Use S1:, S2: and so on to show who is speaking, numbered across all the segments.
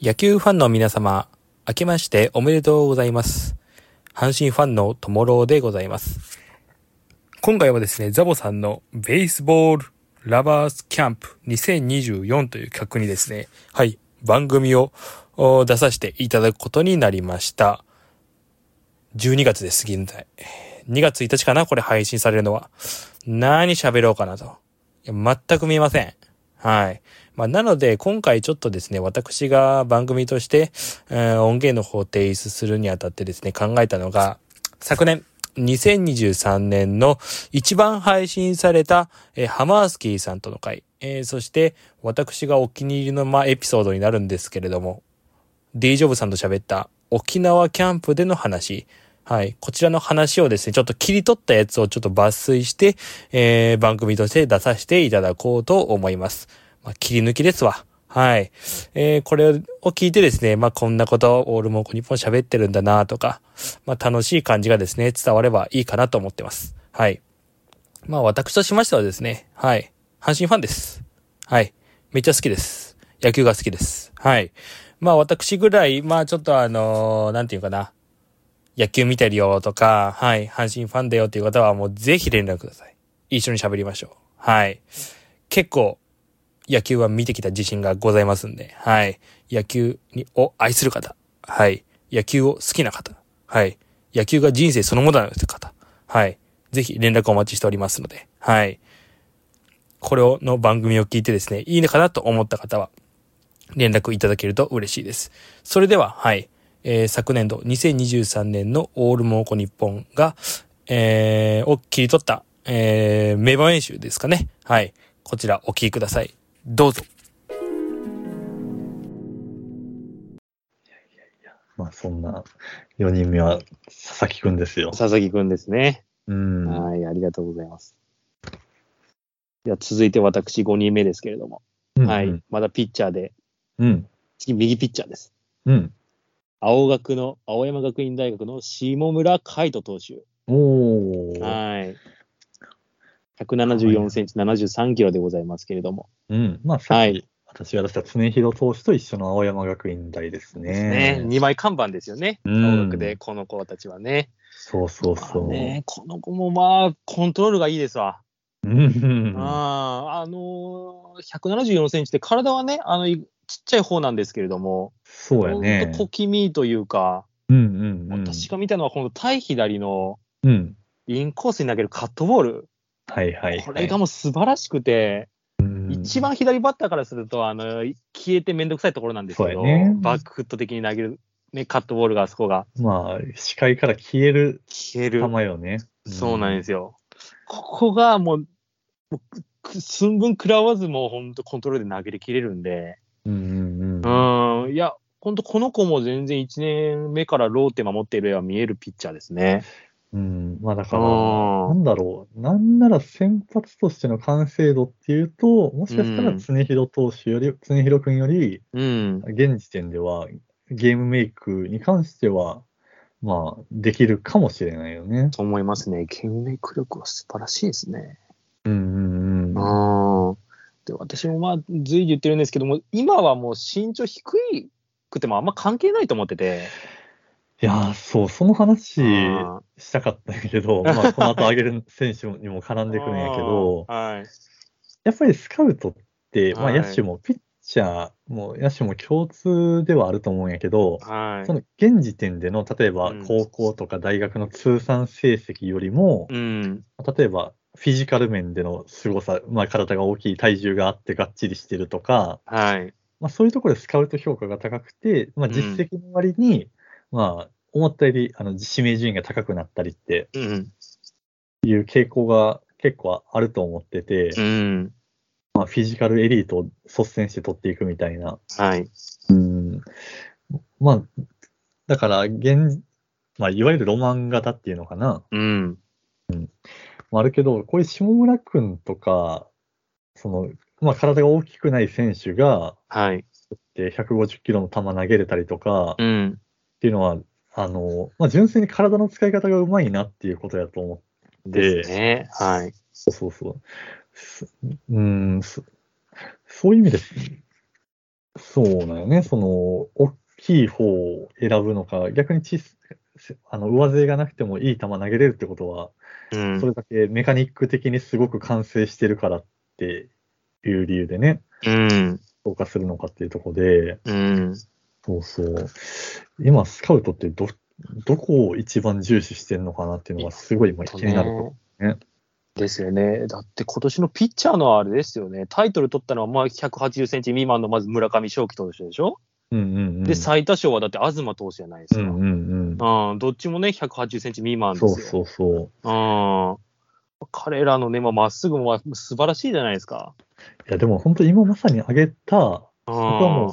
S1: 野球ファンの皆様、明けましておめでとうございます。阪神ファンのともろうでございます。今回はですね、ザボさんのベースボールラバースキャンプ2024という企画にですね、はい、番組をお出させていただくことになりました。12月です、現在。2月1日かなこれ配信されるのは。何喋ろうかなと。いや全く見えません。はい。まあ、なので、今回ちょっとですね、私が番組として、えー音源の方を提出するにあたってですね、考えたのが、昨年、2023年の一番配信された、えーハマースキーさんとの会、えーそして、私がお気に入りの、まあ、エピソードになるんですけれども、D ジョブさんと喋った沖縄キャンプでの話。はい。こちらの話をですね、ちょっと切り取ったやつをちょっと抜粋して、えー、番組として出させていただこうと思います。まあ、切り抜きですわ。はい。えー、これを聞いてですね、まあ、こんなことをオールモンコ日本喋ってるんだなとか、まあ、楽しい感じがですね、伝わればいいかなと思ってます。はい。まあ、私としましてはですね、はい。阪神ファンです。はい。めっちゃ好きです。野球が好きです。はい。まあ私ぐらい、まあちょっとあのーなんていうかな。野球見てるよとか、はい、阪神ファンだよっていう方はもうぜひ連絡ください。一緒に喋りましょう。はい。結構、野球は見てきた自信がございますんで、はい。野球に、を愛する方、はい。野球を好きな方、はい。野球が人生そのものだという方、はい。ぜひ連絡お待ちしておりますので、はい。これを、の番組を聞いてですね、いいのかなと思った方は、連絡いただけると嬉しいです。それでは、はい。えー昨年度、2023年のオールモーコ日本が、えーを切り取った、えー名場面集ですかね。はい。こちらお聞きください。どうぞ。
S2: まあそんな4人目は佐々木くんですよ。
S3: 佐々木くんですね。
S2: うん。
S3: はい、ありがとうございます。では続いて私5人目ですけれども、
S2: うん
S3: はい、まだピッチャーで、
S2: うん。
S3: 次右ピッチャーです。
S2: うん。
S3: 青学の、青山学院大学の下村海斗投手。
S2: おー。
S3: はい。174センチ、73キロでございますけれども。
S2: うん。まあさっき、
S3: はい。
S2: 私が出した常広投手と一緒の青山学院大ですね。
S3: ね、2枚看板ですよね。
S2: うん
S3: 青学で、この子たちはね。
S2: そうそう
S3: まあ
S2: そう。
S3: ねこの子もまあ、コントロールがいいですわ。
S2: うん。
S3: あーあのー、174センチで体はね、あの、いちっちゃい方なんですけれども、
S2: そうや
S3: ほん
S2: ね
S3: と。小気味というか、
S2: うんうんうん。
S3: 私が見たのは、この対左の
S2: うん。
S3: インコースに投げるカットボール、
S2: はいはい、はい。
S3: これがもう素晴らしく
S2: う
S3: て、
S2: ん
S3: 一番左バッターからすると、あの、消えてめんどくさいところなんですけど、
S2: そうやね
S3: バックフット的に投げる、ね、カットボールがあそこが
S2: まあ、視界から消える
S3: 消え
S2: 球
S3: る。
S2: よね。
S3: そうなんです
S2: よ。
S3: よ。ここがもう、もうく寸分食らわずもう本当コントロールで投げれきれるんで、
S2: うんうんうん。
S3: うん、いや、本当この子も全然1年目からローテ守っている絵は見えるピッチャーですね。
S2: うん。まあだ
S3: う。
S2: から、なんんだろう、なんなら先発としての完成度っていうと、もしかした
S3: う
S2: ら
S3: ん
S2: 常広投手より、常広君より、
S3: うん。
S2: 現時点ではゲームメイクに関しては、まあ、できるかもしれないよね。
S3: と思いますね。ゲームメイク力は素晴らしいですね。
S2: うんうん
S3: う
S2: うん。
S3: ん。で、私もまあ、随時言ってるんですけども、今はもう身長低いくてもあんま関係ないと思ってて。
S2: いやー、そう、その話
S3: うん
S2: したかったんやけ ど、まあ、この後上げる選手にも絡んでくるんやけど、
S3: はい。
S2: やっぱりスカウトって、まあ、
S3: はい
S2: 野手もピッチャーも野手も共通ではあると思うんやけど、
S3: はい
S2: そ。の現時点での、例えば
S3: うん
S2: 高校とか大学の通算成績よりも、
S3: うん。
S2: 例えばフィジカル面での凄さ、まあ、体が大きい、体重があってがっちりしてるとか、
S3: はい。
S2: まあ、そういうところでスカウト評価が高くて、まあ、
S3: うん
S2: 実績の割に、まあ、思ったよりあの指名順位が高くなったりって
S3: うん。
S2: いう傾向が結構あると思ってて、
S3: うん。
S2: まあ、フィジカルエリートを率先して取っていくみたいな。
S3: はい。
S2: うんまあ、だから、現、まあ、いわゆるロマン型っていうのかな。
S3: うん。
S2: まあ、あるけど、こういう下村くんとか、その、まあ、体が大きくない選手が、
S3: はい。
S2: で150キロの球投げれたりとかっ
S3: うん。
S2: ていうのは、あの、まあ、純粋に体の使い方がうまいなっていうことやと思って、
S3: ですね。はい。
S2: そうそうそう。すうん、そそういう意味です。そうなんよね。その、大きい方を選ぶのか、逆に小さあの上背がなくてもいい球投げれるってことは、
S3: うん
S2: それだけメカニック的にすごく完成してるからっていう理由でね、
S3: うん。
S2: 評価するのかっていうとこで、
S3: うん。
S2: そうそう。今、スカウトってど、どこを一番重視してるのかなっていうのがすごい今気になるとこね
S3: ですよね。だって今年のピッチャーのあれですよね。タイトル取ったのはまあ180センチ未満のまず村上正輝投手でしょ、
S2: うんうんうん。
S3: で、最多勝はだって東投手じゃないです
S2: う
S3: か。
S2: んうん
S3: うんどっちもね、180センチ未
S2: う
S3: 満
S2: ん。
S3: で
S2: そう
S3: すよ。
S2: そうそう。
S3: うん彼らのね、まあまっすぐもまあ素晴らしいじゃないですか。
S2: いや、でも本当今まさに挙げた、僕
S3: うん
S2: はもう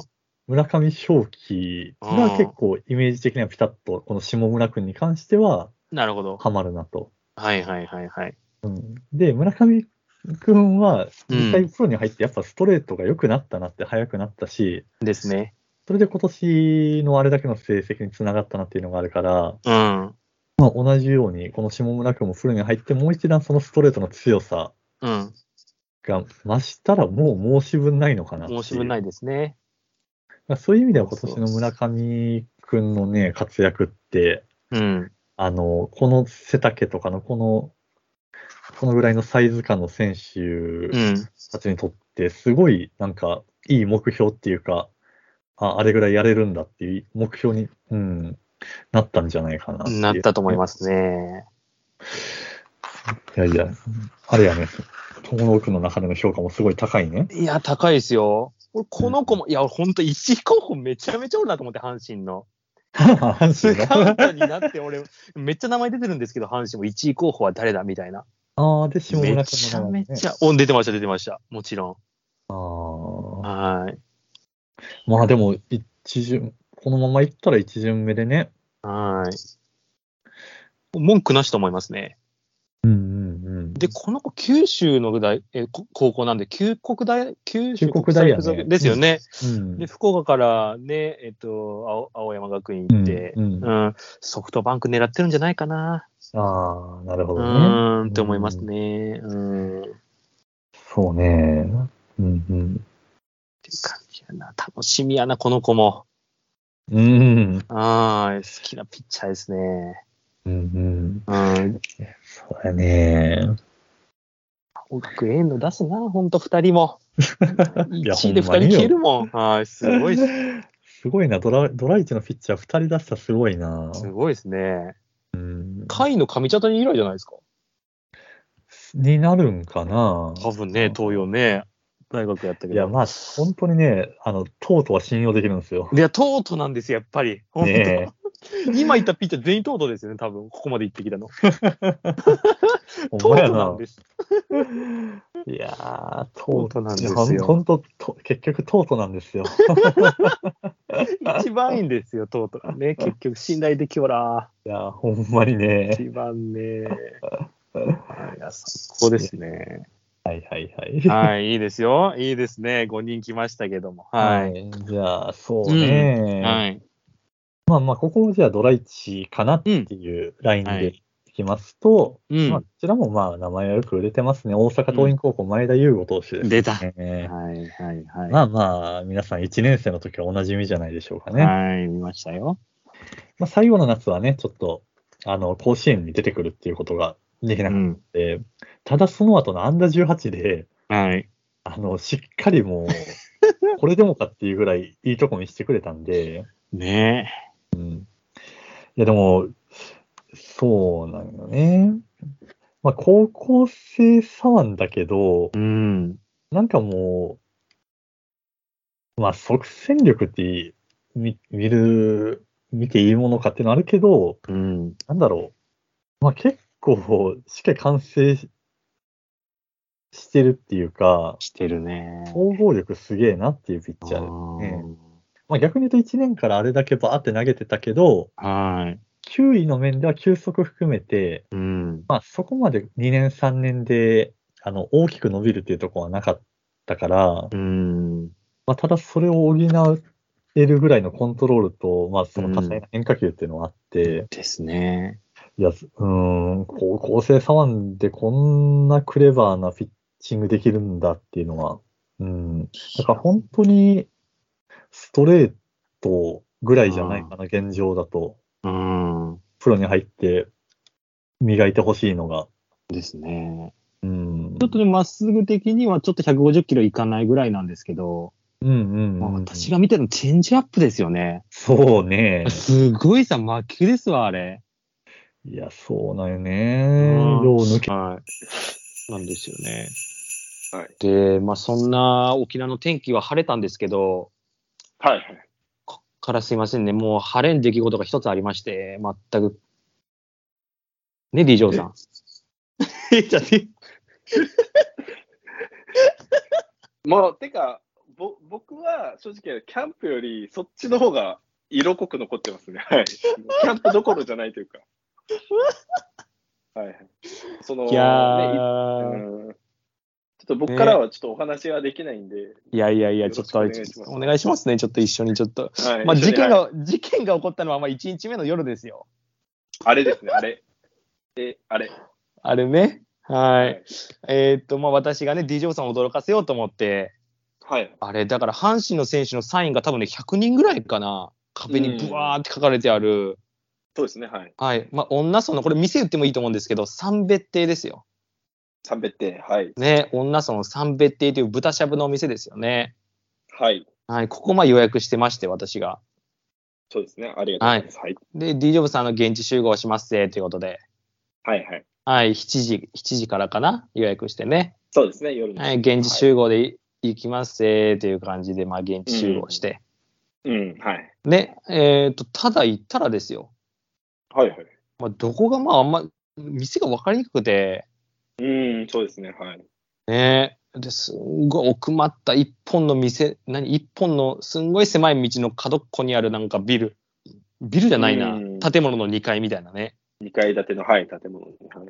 S2: 村上正輝が結構イメージ的にはピタッと、この下村君に関しては
S3: なるほど。
S2: ハマるなと。
S3: はいはいはいはい。
S2: うん、で、村上君は
S3: うん
S2: 実際プロに入ってやっぱストレートが良くなったなって速くなったし、
S3: ですね。
S2: それで今年のあれだけの成績につながったなっていうのがあるから、
S3: うん。
S2: まあ、同じようにこの下村君もプロに入ってもう一段そのストレートの強さ
S3: うん。
S2: が増したらもう申し分ないのかなっていう
S3: 申し分ないですね。
S2: まあ、そういう意味では今年の村上くんのね、活躍って、
S3: うん。
S2: あの、この背丈とかのこの、このぐらいのサイズ感の選
S3: う
S2: 手
S3: ん。
S2: たちにとって、すごいなんか、いい目標っていうか、あ、あれぐらいやれるんだっていう目標に、うん、なったんじゃないかなっていう
S3: なったと思いますね。
S2: いやいや、あれやね、友の奥の中での評価もすごい高いね。
S3: いや、高いですよ。俺、この子も、いや、俺、ほんと、一位候補めちゃめちゃおるなと思って、阪神 の。
S2: 阪
S3: ス
S2: 神
S3: カウ
S2: の。
S3: トになって、俺、めっちゃ名前出てるんですけど、阪神も1位候補は誰だみたいな。
S2: ああ、で、下村
S3: め
S2: 君
S3: ち
S2: の
S3: ゃ
S2: 名前
S3: め
S2: ね、
S3: ちゃ、お出てました、出てました。もちろ
S2: ああ
S3: ん。。はい。
S2: まあでも、一巡、このままいったら一巡目でね。
S3: はい。文句なしと思いますね。
S2: うんうんうん。
S3: で、この子、九州の大えこ高校なんで、九国大、九州
S2: 九国大やね
S3: 附属ですよね。
S2: うん、
S3: で、福岡からね、えっと、青青山学院行って、
S2: うんうん
S3: うん、ソフトバンク狙ってるんじゃないかな。
S2: ああ、なるほ
S3: う
S2: どね。
S3: ーんって思いますね。うん。って
S2: そうね。うん
S3: いう感じやな。楽しみやな、この子も。
S2: うん。うん
S3: ああ、好きなピッチャーですね。
S2: うんうん。
S3: うん。
S2: そうだね。
S3: 青学ええの出すな、ほんと、二 人も。
S2: いや
S3: 1位で二
S2: ほんま
S3: 人
S2: によ
S3: 消えるもん。はい、すごいっす、
S2: すごいな。ドラ、ドライチのピッチャー二人出したらすごいな。
S3: すごいですね。
S2: うん。
S3: 甲斐の上茶谷以来じゃないですか。
S2: になるんかな。
S3: 多分ね、東洋ね、大学やったけど。
S2: いや、まあ、本当にね、あの、とうとうは信用できるんですよ。
S3: いや、とうとうなんですよ、やっぱり。ほんと
S2: ね
S3: 今言ったピッチャー全員とうとうですよね、多分ここまで行ってきたの。
S2: え。ほ
S3: と
S2: ん
S3: う
S2: ま
S3: と
S2: や
S3: うなんです。
S2: いやー、
S3: と
S2: と
S3: う
S2: う
S3: とうなん
S2: い
S3: で
S2: や
S3: す
S2: ほんほ
S3: よ。
S2: んとと、結局、とうとうなん ですよ。
S3: 一番いいんですよ、とうとう。ね、結局、信頼できおら。
S2: いや、ほんまにね。
S3: 一番ね。いや、最高ですね。
S2: はいはいはい。
S3: はい、いいですよ。いいですね。5人来ましたけども。
S2: は
S3: はい。
S2: い。じゃあ、そうね。
S3: はい。
S2: まあまあ、ここもじゃあ、ドライチかなっていうライン
S3: はい
S2: でいきますと、
S3: うん
S2: まあ、こちらもまあ、名前はよく売れてますね。大阪桐蔭高校、前田優吾投手です、ね
S3: 出た。
S2: えー
S3: はい、はい、はい。
S2: まあまあ、皆さん1年生の時はおなじみじゃないでしょうかね。
S3: はい、見ましたよ。
S2: まあ、最後の夏はね、ちょっと、あの、甲子園に出てくるっていうことができ
S3: う
S2: なかっ
S3: ん。
S2: た、ただその後のアンダー18で、
S3: はい。
S2: あの、しっかりもう、これでもかっていうぐらいいいとこ見せてくれたんで、
S3: ね
S2: いやでも、そうなんよね。まあ、高校生左腕だけど
S3: え。う、ん。
S2: なんかもう、まあ、即戦力って見見る、見ていいものかっていうのあるけど、
S3: うん。
S2: なんだろう。まあ、結構、しっかり完成ししてるっていうか、
S3: してるね。
S2: 総合力すげえなっていうピッチャーねまあ、逆に言うと1年からあれだけバーって投げてたけど、
S3: はい。
S2: 球威の面では球速含めて、
S3: うん。
S2: まあ、そこまで2年、3年であの大きく伸びるっていうところはなかったから、
S3: うん。
S2: まあ、ただそれを補えるぐらいのコントロールと、まあ、その多
S3: うん
S2: 彩な変化球っていうのはあって、
S3: ですね。
S2: いや、すうーん、高校生左腕でこんなクレバーなピッチングできるんだっていうのは、うん、だから本当に、ストレートぐらいじゃないかな、現状だと。
S3: うん。
S2: プロに入って磨いてほしいのが。
S3: ですね。
S2: うん。
S3: ちょっとね、まっすぐ的にはちょっと150キロいかないぐらいなんですけど、
S2: うんうん、
S3: ま
S2: う
S3: あ
S2: ん。
S3: 私が見てるのチェンジアップですよね。
S2: そうね。
S3: すごいさ、魔球ですわ、あれ。
S2: いや、そうなんよ
S3: う
S2: ね。
S3: ん
S2: よう抜け。
S3: はい。なんですよね。
S4: はい。
S3: で、まあそんな沖縄の天気は晴れたんですけど、
S4: はいはい。
S3: こっからすいませんね、もう晴れん出来事が一つありまして、全く。ね、D ・ジョーさん。 え、じゃね。
S4: もう、てか、ぼ僕は正直、キャンプよりそっちの方が色濃く残ってますね。はい。キャンプどころじゃないというか。はいはい。その、
S3: いや
S4: ね
S3: ー
S4: うんちょっと僕からはちょっとお話ができないんで、
S3: いやいやいや、
S4: よろ
S3: ちょ
S4: し
S3: っと、
S4: くお願いします
S3: お願いしますね、ちょっと一緒にちょっと。
S4: はい
S3: まあ、
S4: 一緒
S3: 事
S4: に
S3: 件
S4: はい
S3: が、事件が起こったのは、まあ、1日目の夜ですよ。
S4: あれですね、あれ。え、あれ。
S3: あれね。はい。
S4: はい
S3: えーっと、まあ、私がね、d j さんを驚かせようと思って、
S4: はい。
S3: あれ、だから、阪神の選手のサインが多分ね、100人ぐらいかな。壁にブワーって書かれてある。
S4: そうですね、はい。
S3: はい。まあ、女層の、これ、店言ってもいいと思うんですけど、三別亭ですよ。
S4: 三別亭、はい。
S3: ね、女層の三別亭という豚しゃぶのお店ですよね。
S4: はい。
S3: はい。ここ、まあ、予約してまして、私が。
S4: そうですね、ありがとうございます。はい。
S3: で、d j さんの現地集合しますぜ、ということで。
S4: はい、はい。
S3: はい、7時、7時からかな、予約してね。
S4: そうですね、夜の。
S3: はい、現地集合でい行きますえーという感じで、まあ、現地集合して。
S4: うん、はい。
S3: ね、えっ、と、ただ行ったらですよ、
S4: はい、はい。
S3: まあ、どこがまあ、あんま、店が分かりにくくて、
S4: うん、そうですね、はい。
S3: ね、ですんごい奥まった一本の店、何、一本のすんごい狭い道の角っこにあるなんかビル、ビルじゃないな
S4: うん、
S3: 建物の2階みたいなね。
S4: 2階建ての、はい、建物に。はい。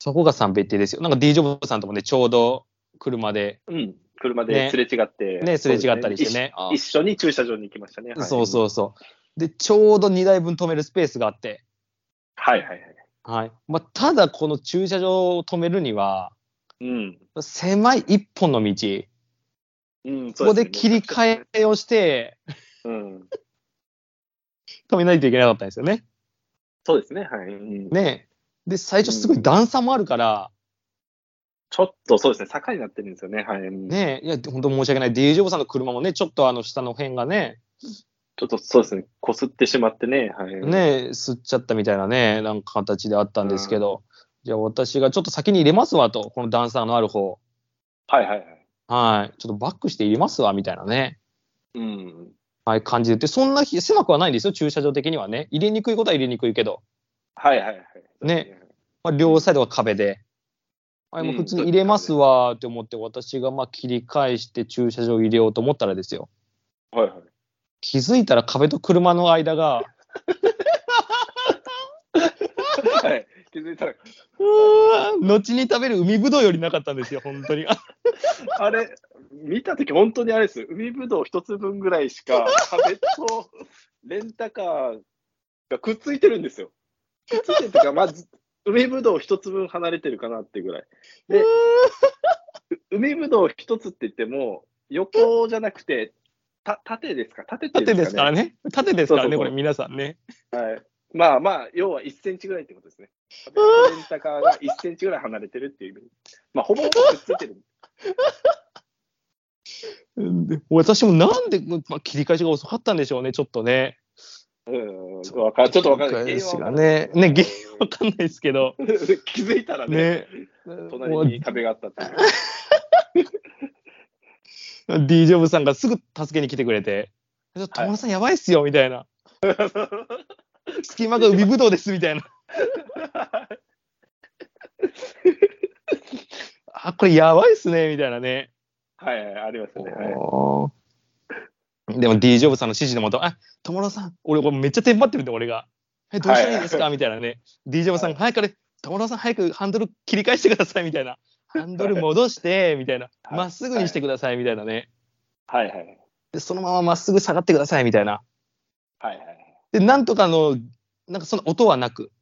S3: そこが三別邸ですよ。なんか D ジョブさんともね、ちょうど車で、
S4: うん。車
S3: ね
S4: ですれ違って。
S3: ね、すれ違ったりして
S4: そうです
S3: ね。あ
S4: 一緒に駐車場に行きましたね。はい、
S3: そうそうそう。で、ちょうど2台分止めるスペースがあって、
S4: はい、はい、はい。
S3: はいまあ、ただこの駐車場を止めるには、
S4: うん。
S3: 狭い一本の道、
S4: うん、
S3: ここで切り替えをして、
S4: え。うん。
S3: 止めないといけなかったんですよね。
S4: そうですね、はい。うん、
S3: ねで、最初すごい段差もあるから、
S4: ちょっとそうですね、坂になってるんですよね、はい。うん
S3: ねいや、本当申し訳ない。d ジョブさんの車もね、ちょっとあの下の辺がね、
S4: ちょっとそうですね、こすってしまってね、はい。
S3: ね吸っちゃったみたいなね、なんか形であったんですけど、じゃあ私がちょっと先に入れますわと、この段差のある方。
S4: はい、はい、はい。
S3: はい。ちょっとバックして入れますわ、みたいなね。
S4: うん。
S3: はい、感じでて、そんなひ狭くはないんですよ、駐車場的にはね。入れにくいことは入れにくいけど、
S4: はい、はい、はい。
S3: ね。まあ、両サイドが壁で、はい、もう普通に入れますわーって思って、私がまあ切り返して駐車場入れようと思ったらですよ、
S4: はい、はい。
S3: 気づいたら壁と車の間が、
S4: はい、気づいたら、
S3: うわー後に食べる海ぶどうよりなかったんですよ、本当に。あ
S4: あれ、見たとき、本当にあれです、海ぶどう一つ分ぐらいしか、壁とレンタカーがくっついてるんですよ。くっついてるというか、まず、海ぶどう一つ分離れてるかなっていうぐらい。で、海ぶどう一つって言っても、横じゃなくて、た縦ですか、縦っていうん
S3: 縦で
S4: ですす
S3: か
S4: からね。
S3: ね、縦ですからね、
S4: そうそうそう
S3: これ、皆さんね。
S4: はい、まあまあ、要は1センチぐらいってことですね。壁とレンタカーが1センチぐらい離れてるっていう意味。まあ、ほぼほぼくっついてる。
S3: うんで私もなんで、まあ、切り返しが遅かったんでしょうね、ちょっとね。
S4: うん、わかちょっとわかんない。
S3: 切り返しが
S4: 原因は
S3: ね、ね、原因わかんないですけど、
S4: 分かんない 気づいたら
S3: ね。
S4: ね隣に壁があったっていう。
S3: D ジョブさんがすぐ助けに来てくれて、ちょっと友野さんやばいっすよ、みた いな。隙間が海ぶどうです、みたいな。あ、これやばいっすね、みたいなね。
S4: はいはい、ありますね。はい
S3: おーでも D ジョブさんの指示のもと、あ、友野さん、俺これめっちゃテンパってるんで、俺が。え、どうしたらいいですかみたいなね。D ジョブさんが、早くあれ、友野さん早くハンドル切り返してください、みたいな。ハンドル戻して、みたいな。
S4: はい
S3: まっすぐにしてください、みたいなね。
S4: はいはい。
S3: で、そのまままっすぐ下がってください、みたいな。
S4: はいはい。
S3: で、なんとかあの、なんかその音はなく、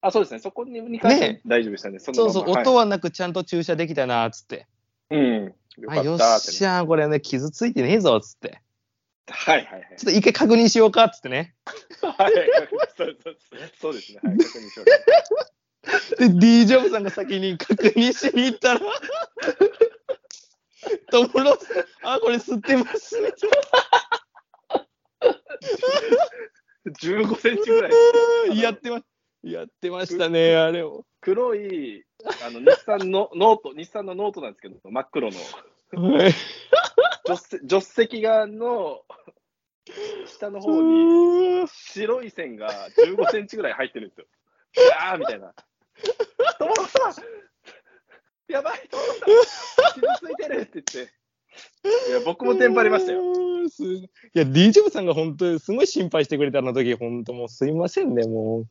S4: あ、そうですね。そこに関しては大丈夫でしたね。その
S3: そ
S4: ま
S3: う
S4: ま
S3: そう、
S4: はい
S3: 音はなくちゃんと駐車できたな、つって。
S4: うん。よ
S3: あ
S4: か
S3: よ
S4: っ
S3: った
S4: って
S3: しゃー、これね、傷ついてねえぞ、つって。
S4: はいはいはい
S3: ちょっと一回確認しようか、つってね。
S4: はい、そうそうそうですね。はい、確認しよう。
S3: で、D ・ジョブさんが先に確認しに行ったら、トムロス、あ、これ吸ってますね。
S4: 15センチぐらい。
S3: やってま、やってましたね、あれを。
S4: 黒い、あの、日産のノート、日産のノートなんですけど、真っ黒の。
S3: はい
S4: 助手助手席側の、下の方に、
S3: うー
S4: 白い線が15センチぐらい入ってるんですよ。あーみたいな。友達さんやばい、友達さん傷ついてるって言って。いや、僕もテンパりましたよ。
S3: すいや、D ・ジョブさんが本当にすごい心配してくれたあの時、本当もうすいませんね、も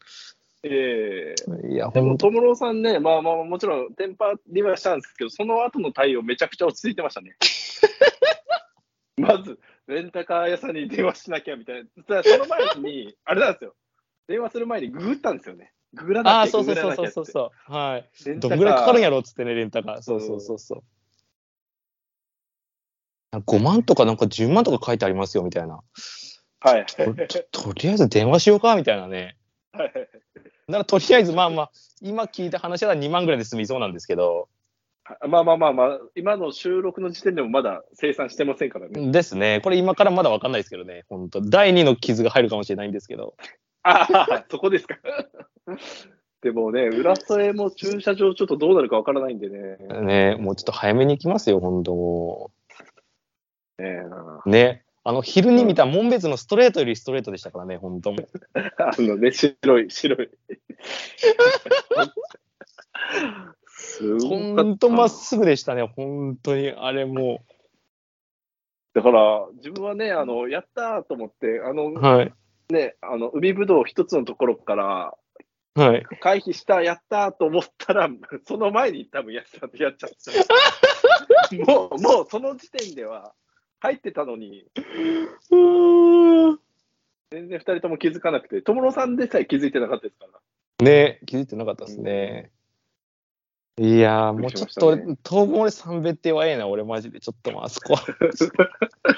S4: ええ
S3: う。いや、
S4: で
S3: 本
S4: も、
S3: 当
S4: トムロさんね、まあまあ、もちろん、テンパりはしたんですけど、その後の対応、めちゃくちゃ落ち着いてましたね。まず、レンタカー屋さんに電話しなきゃみたいな。その前に、あれなんですよ。電話する前にググったんですよね。ググら
S3: あ
S4: な
S3: あ、
S4: きゃ
S3: そうそう
S4: ググ
S3: そ
S4: ら
S3: う
S4: なきゃって
S3: そうそう。はい。
S4: レンタ
S3: ど
S4: カー
S3: んぐらいかかるんやろっつってね、レンタカー。そうそうそうそう。5万とかなんか10万とか書いてありますよみたいな。
S4: はい。
S3: ととりあえず電話しようかみたいなね。
S4: はい
S3: ならとりあえずまあまあ、今聞いた話は2万ぐらいで済みそうなんですけど。
S4: まあまあまあまあ、今の収録の時点でもまだ生産してませんからね。
S3: ですね。これ今からまだわかんないですけどね。本当第2の傷が入るかもしれないんですけど。
S4: ああ、そこですか。 でもね、裏添えも駐車場ちょっとどうなるかわからないんでね。
S3: ねもうちょっと早めに行きますよ、本当も
S4: ねえ
S3: う。ね。あの、昼に見た門別のストレートよりストレートでしたからね、本当もう。
S4: あのね、白い、白い。すごかった
S3: 本当まっすぐでしたね、本当に。あれも
S4: だから、自分はね、あの、やったーと思って、あの
S3: う。、はい。
S4: ね、あの、海ぶどう一つのところから
S3: はい。
S4: 回避した、やったーと思ったら、 その前に多分やったってやっちゃっ た。もう、もうその時点では入ってたのに、全然二人とも気づかなくて、友野さんでさえ気づいてなかったですから。
S3: ね気づいてなかったですね。いやー、
S4: び
S3: も
S4: っ
S3: う
S4: くり
S3: ち
S4: し
S3: ょっ
S4: ましたね
S3: と、当分俺三べってはええな、俺マジで。ちょっとまあ、 あそこは。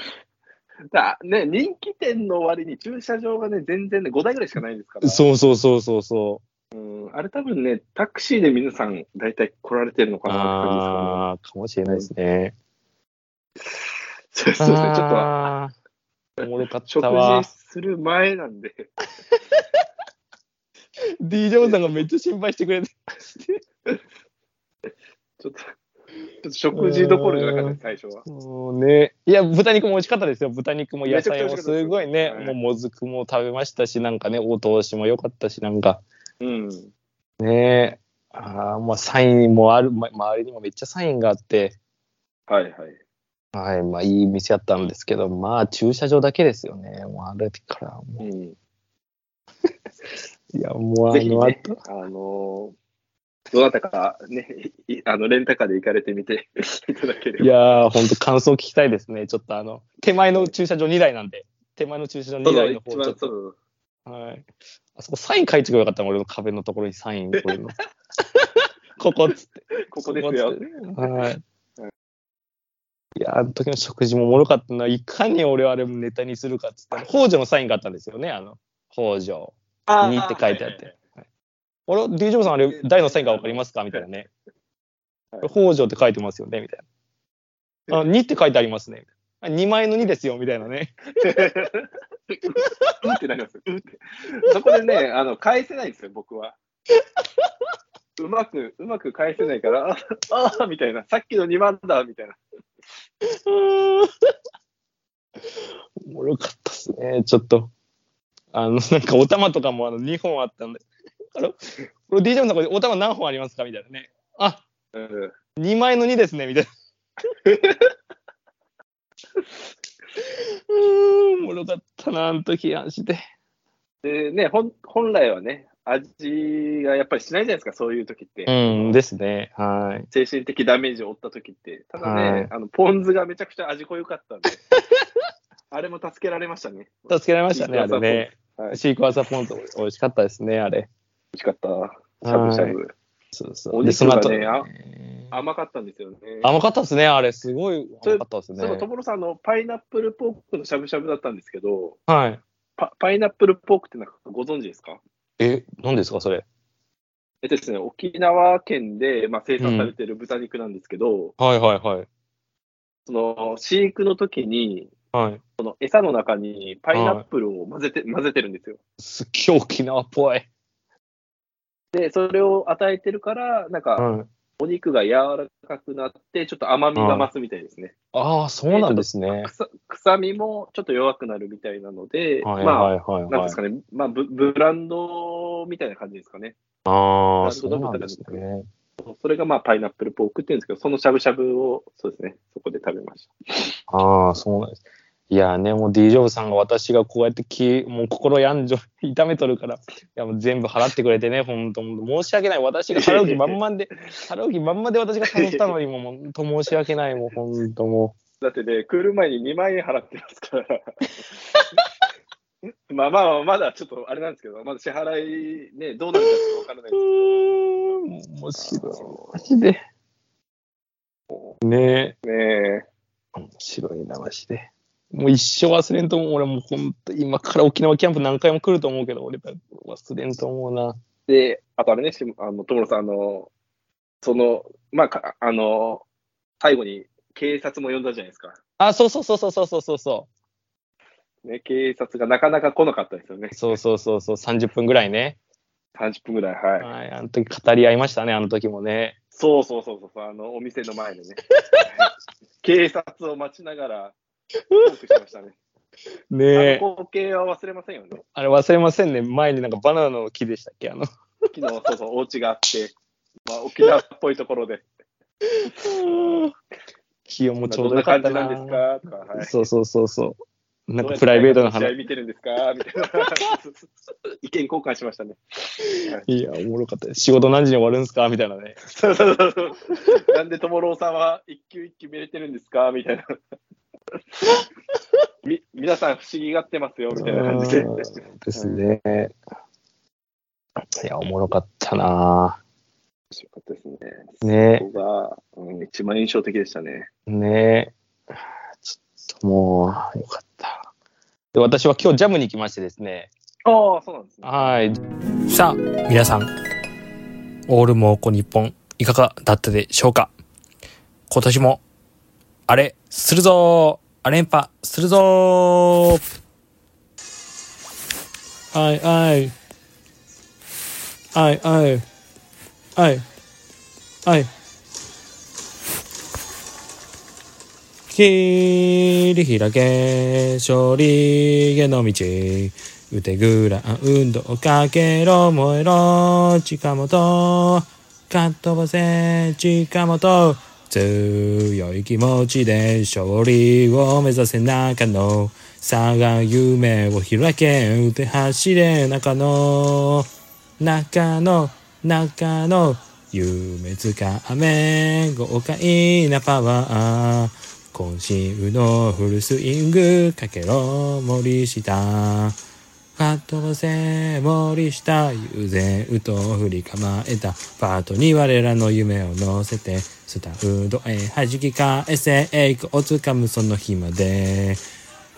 S4: だね、人気店の割に駐車場がね、全然ね、5台ぐらいしかないですから。
S3: そうそうそうそうそう。
S4: うんあれ多分ね、タクシーで皆さん大体来られてるのかなって感
S3: ああー、かもしれないですね。
S4: じですかね。そうです ね、ちょっと
S3: あーおもろかっ
S4: 食
S3: たわ
S4: 事。する前なんで、
S3: D ・ジョブさんがめっちゃ心配してくれて。
S4: ちょっと、ちょっと食事どころじゃなかったです、最初は。
S3: もうね、いや、豚肉も美味しかったですよ。豚肉も野菜も
S4: めちゃくちゃ美味しかったです
S3: すごいね、
S4: はい
S3: もうもずくも食べましたし、なんかね、お通しも良かったし、なんか。
S4: うん。
S3: ねえ、あーまあ、サインもある、ま、周りにもめっちゃサインがあって、
S4: はいはい。
S3: はい、まあ、いい店やったんですけど、まあ、駐車場だけですよね、もうあれから、も
S4: うん、
S3: ういや、もうあ
S4: ぜひ
S3: の
S4: ね
S3: 後、、
S4: あのーどなたかね、い いあのレンタカーで行かれてみて いただけ
S3: い
S4: れば。
S3: やー、本当感想聞きたいですね、ちょっとあの、手前の駐車場2台なんで、手前の駐車場
S4: そ
S3: 2
S4: の
S3: 台の
S4: 一
S3: 方、ちょ
S4: 番
S3: っ
S4: そ
S3: と、
S4: の
S3: はい。あそこサイン書いてくればよかったの俺の壁のところにサ イン、こういうのここっつって。
S4: ここですよ。
S3: はい。いや、あの時の食事もおもろかったな。いかに俺はあれをネタにするかっつって、北条のサインがあったんですよね、あの、北条
S4: あ
S3: にって書いてあっ
S4: ー。
S3: て。あれ、d ジョブさん、あれ、大のサインがわかりますかみたいなね。北条って書いてますよね、みたいな。あ、2って書いてありますね。あ2枚の2ですよ、みたいなね。
S4: うんってなりますよ。うんってそこでね、あの返せないんですよ、僕は。うまく、うまく返せないから、ああーみたいな、さっきの2番だみたいな。
S3: おもろかったっすね、ちょっと。あの、なんか、お玉とかもあの2本あったんで。あれ、これ d ジョブさん、これ、お玉何本ありますかみたいなね。あ、
S4: うん
S3: 2枚の2ですねみたいな。うーん、おもろかったな、あの時、あんして。
S4: でね、ほん本来はね、味がやっぱりしないじゃないですか、そういう時って。
S3: うん、ですね。はい。
S4: 精神的ダメージを負った時って。ただね、
S3: はい
S4: あのポン酢がめちゃくちゃ味濃ゆかった んで、あれも助けられましたね。
S3: 助けられましたね、あれね。
S4: はい
S3: シークワーサーポン酢、美味しかったですね、あれ。
S4: 美味しかった。しゃぶしゃ
S3: はい。
S4: ぶ。
S3: そう
S4: お
S3: そう。
S4: 肉
S3: で、その後、
S4: がねあ
S3: えー
S4: 甘かったんですよね。
S3: 甘かったですね、あれ。すごい
S4: それ
S3: 甘かったです
S4: そういえば、
S3: ね。
S4: ともろさん、あの、パイナップルポークのしゃぶしゃぶだったんですけど、
S3: はい。
S4: パパイナップルポークってなんかご存知ですか
S3: え、何ですか、それ。
S4: えっとですね、沖縄県で、まあ、生産されてる豚肉なんですけど、
S3: はいはいはい。
S4: その飼育の時に、
S3: はい。
S4: その餌の中にパイナップルを混ぜて、混ぜてるんですよ。
S3: すっげえ沖縄っぽい。
S4: で、それを与えてるから、なんか、
S3: はい。
S4: お肉が柔らかくなって、ちょっと甘みが増すみたいですね。
S3: ああ、そうなんですね。
S4: 臭臭みもちょっと弱くなるみたいなので、
S3: はい
S4: まあ、
S3: はいはいは
S4: なんで
S3: い
S4: す。かね、まあブ、ブランドみたいな感じですかね。
S3: あ
S4: な
S3: あ、
S4: んと
S3: そ
S4: か
S3: うなんですね。
S4: それがまあパイナップルポークっていうんですけど、そのしゃぶしゃぶを、そうですね、そこで食べまし
S3: ああ、そうなんです。いやーね、もう D ・ジョブさんが私がこうやってき、もう心病んじょ、痛めとるから、いやもう全部払ってくれてね、本当申し訳ない。私が払う気満々で、払う気満々で私が頼ったのにも、もう本当申し訳ない、もう本当も
S4: た。だってね、来る前に2万円払ってます
S3: 。
S4: から。まあまあまあ、まだちょっとあれなんですけど、まだ支払いね、どうなるかちょっとわからないう
S3: う
S4: です
S3: ーん、面白い。マジで。ね
S4: けどね。
S3: え、面白いな、マジで。もう一生忘れんと思う。俺もう本当、今から沖縄キャンプ何回も来ると思うけど、俺忘れんと思うな。
S4: で、あとあれね、しあの、友野さん、あの、その、まあか、あの、最後に警察も呼んだじゃないですか。
S3: あ、そうそうそうそうそうそうそう。
S4: ね、警察がなかなか来なかったですよね。
S3: そうそうそうそう、30分ぐらいね。
S4: 30分ぐらい、はい。
S3: はい、あの時語り合いましたね、あの時もね。
S4: そうそうそうそう、あの、お店の前で ね。警察を待ちながら、トークしましたね。
S3: ねえ
S4: あ、の光景は忘れませんよね。
S3: あれ忘れませんね。前になんかバナナの木でしたっけあ の。
S4: 昨日、そうそう、お家があって、まあ、沖縄っぽいところで、
S3: 木をもうちょう
S4: ど
S3: ど
S4: ん
S3: よ
S4: な
S3: かっ
S4: 感
S3: た
S4: じ
S3: な
S4: なんですかとか、はい。
S3: そうそうそうそう。なんかプライベートの
S4: どうや
S3: 話
S4: って。試合見てるんですかみたい な。意見交換しましたね。
S3: いや、おもろかったです。仕事何時に終わるんですかみたいなね。
S4: そうそうそうそう。なんで友郎さんは一球一球見れてるんですかみたいな。 み皆さん不思議がってますよみたいな感じで。
S3: うんですね。いや、おもろかったな
S4: 面白かったですね。
S3: ね
S4: そこが、うん、一番印象的でしたね。
S3: ねちょっともう、よかった。で、私は今日ジャムに来ましてですね。
S4: ああ、そうなんですね。
S3: はい、
S1: さあ、皆さん、オールモーコ日本、いかがだったでしょうか今年も、あれ、するぞーあれ連覇、するぞーはい、はい。はい、はい。はい。はい。切り開け、勝利への道。腕グラウンドをかけろ燃えろ近本かっ飛ばせ近本強い気持ちで勝利を目指せ中野さが夢を開け打て走れ中野中野中野夢つかめ豪快なパワー渾身のフルスイングかけろ森下かっ飛ばせ森下悠然うと振り構えたパートに我らの夢を乗せてスタウドへ弾き返せ栄光をつかむその日まで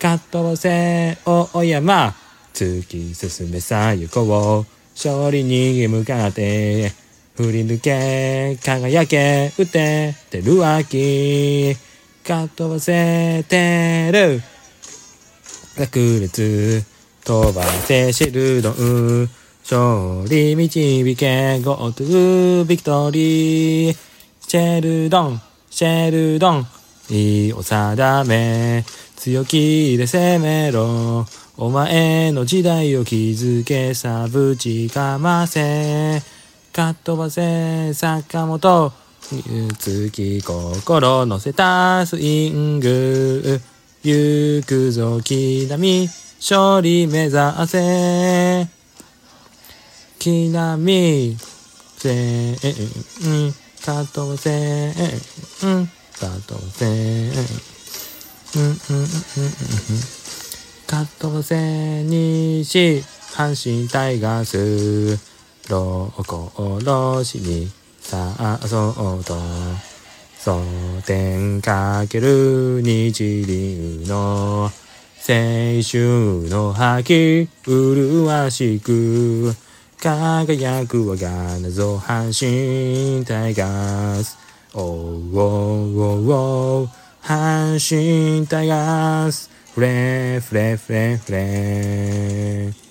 S1: かっ飛ばせ大山突き進めさ行こう勝利に向かって振り抜け輝け打ててるわきかっ飛ばせてる爆裂飛ばせシェルドン勝利導け Go to victory シェルドンシェルドン意を定め強気で攻めろお前の時代を築けさぶちかませかっ飛ばせ坂本突き心乗せたスイング行くぞ刻み勝利目指せ刻みせんかっ飛ばせんかっ飛ばせんうんうんうんうんうんかっ飛ばせ西阪神タイガースロコロシにさあ、そうと、蒼天かける日流の、青春の吐き、麗しく、輝く我が謎阪神タイガース。おうおうおうおう阪神タイガース。フレフレフレフレ。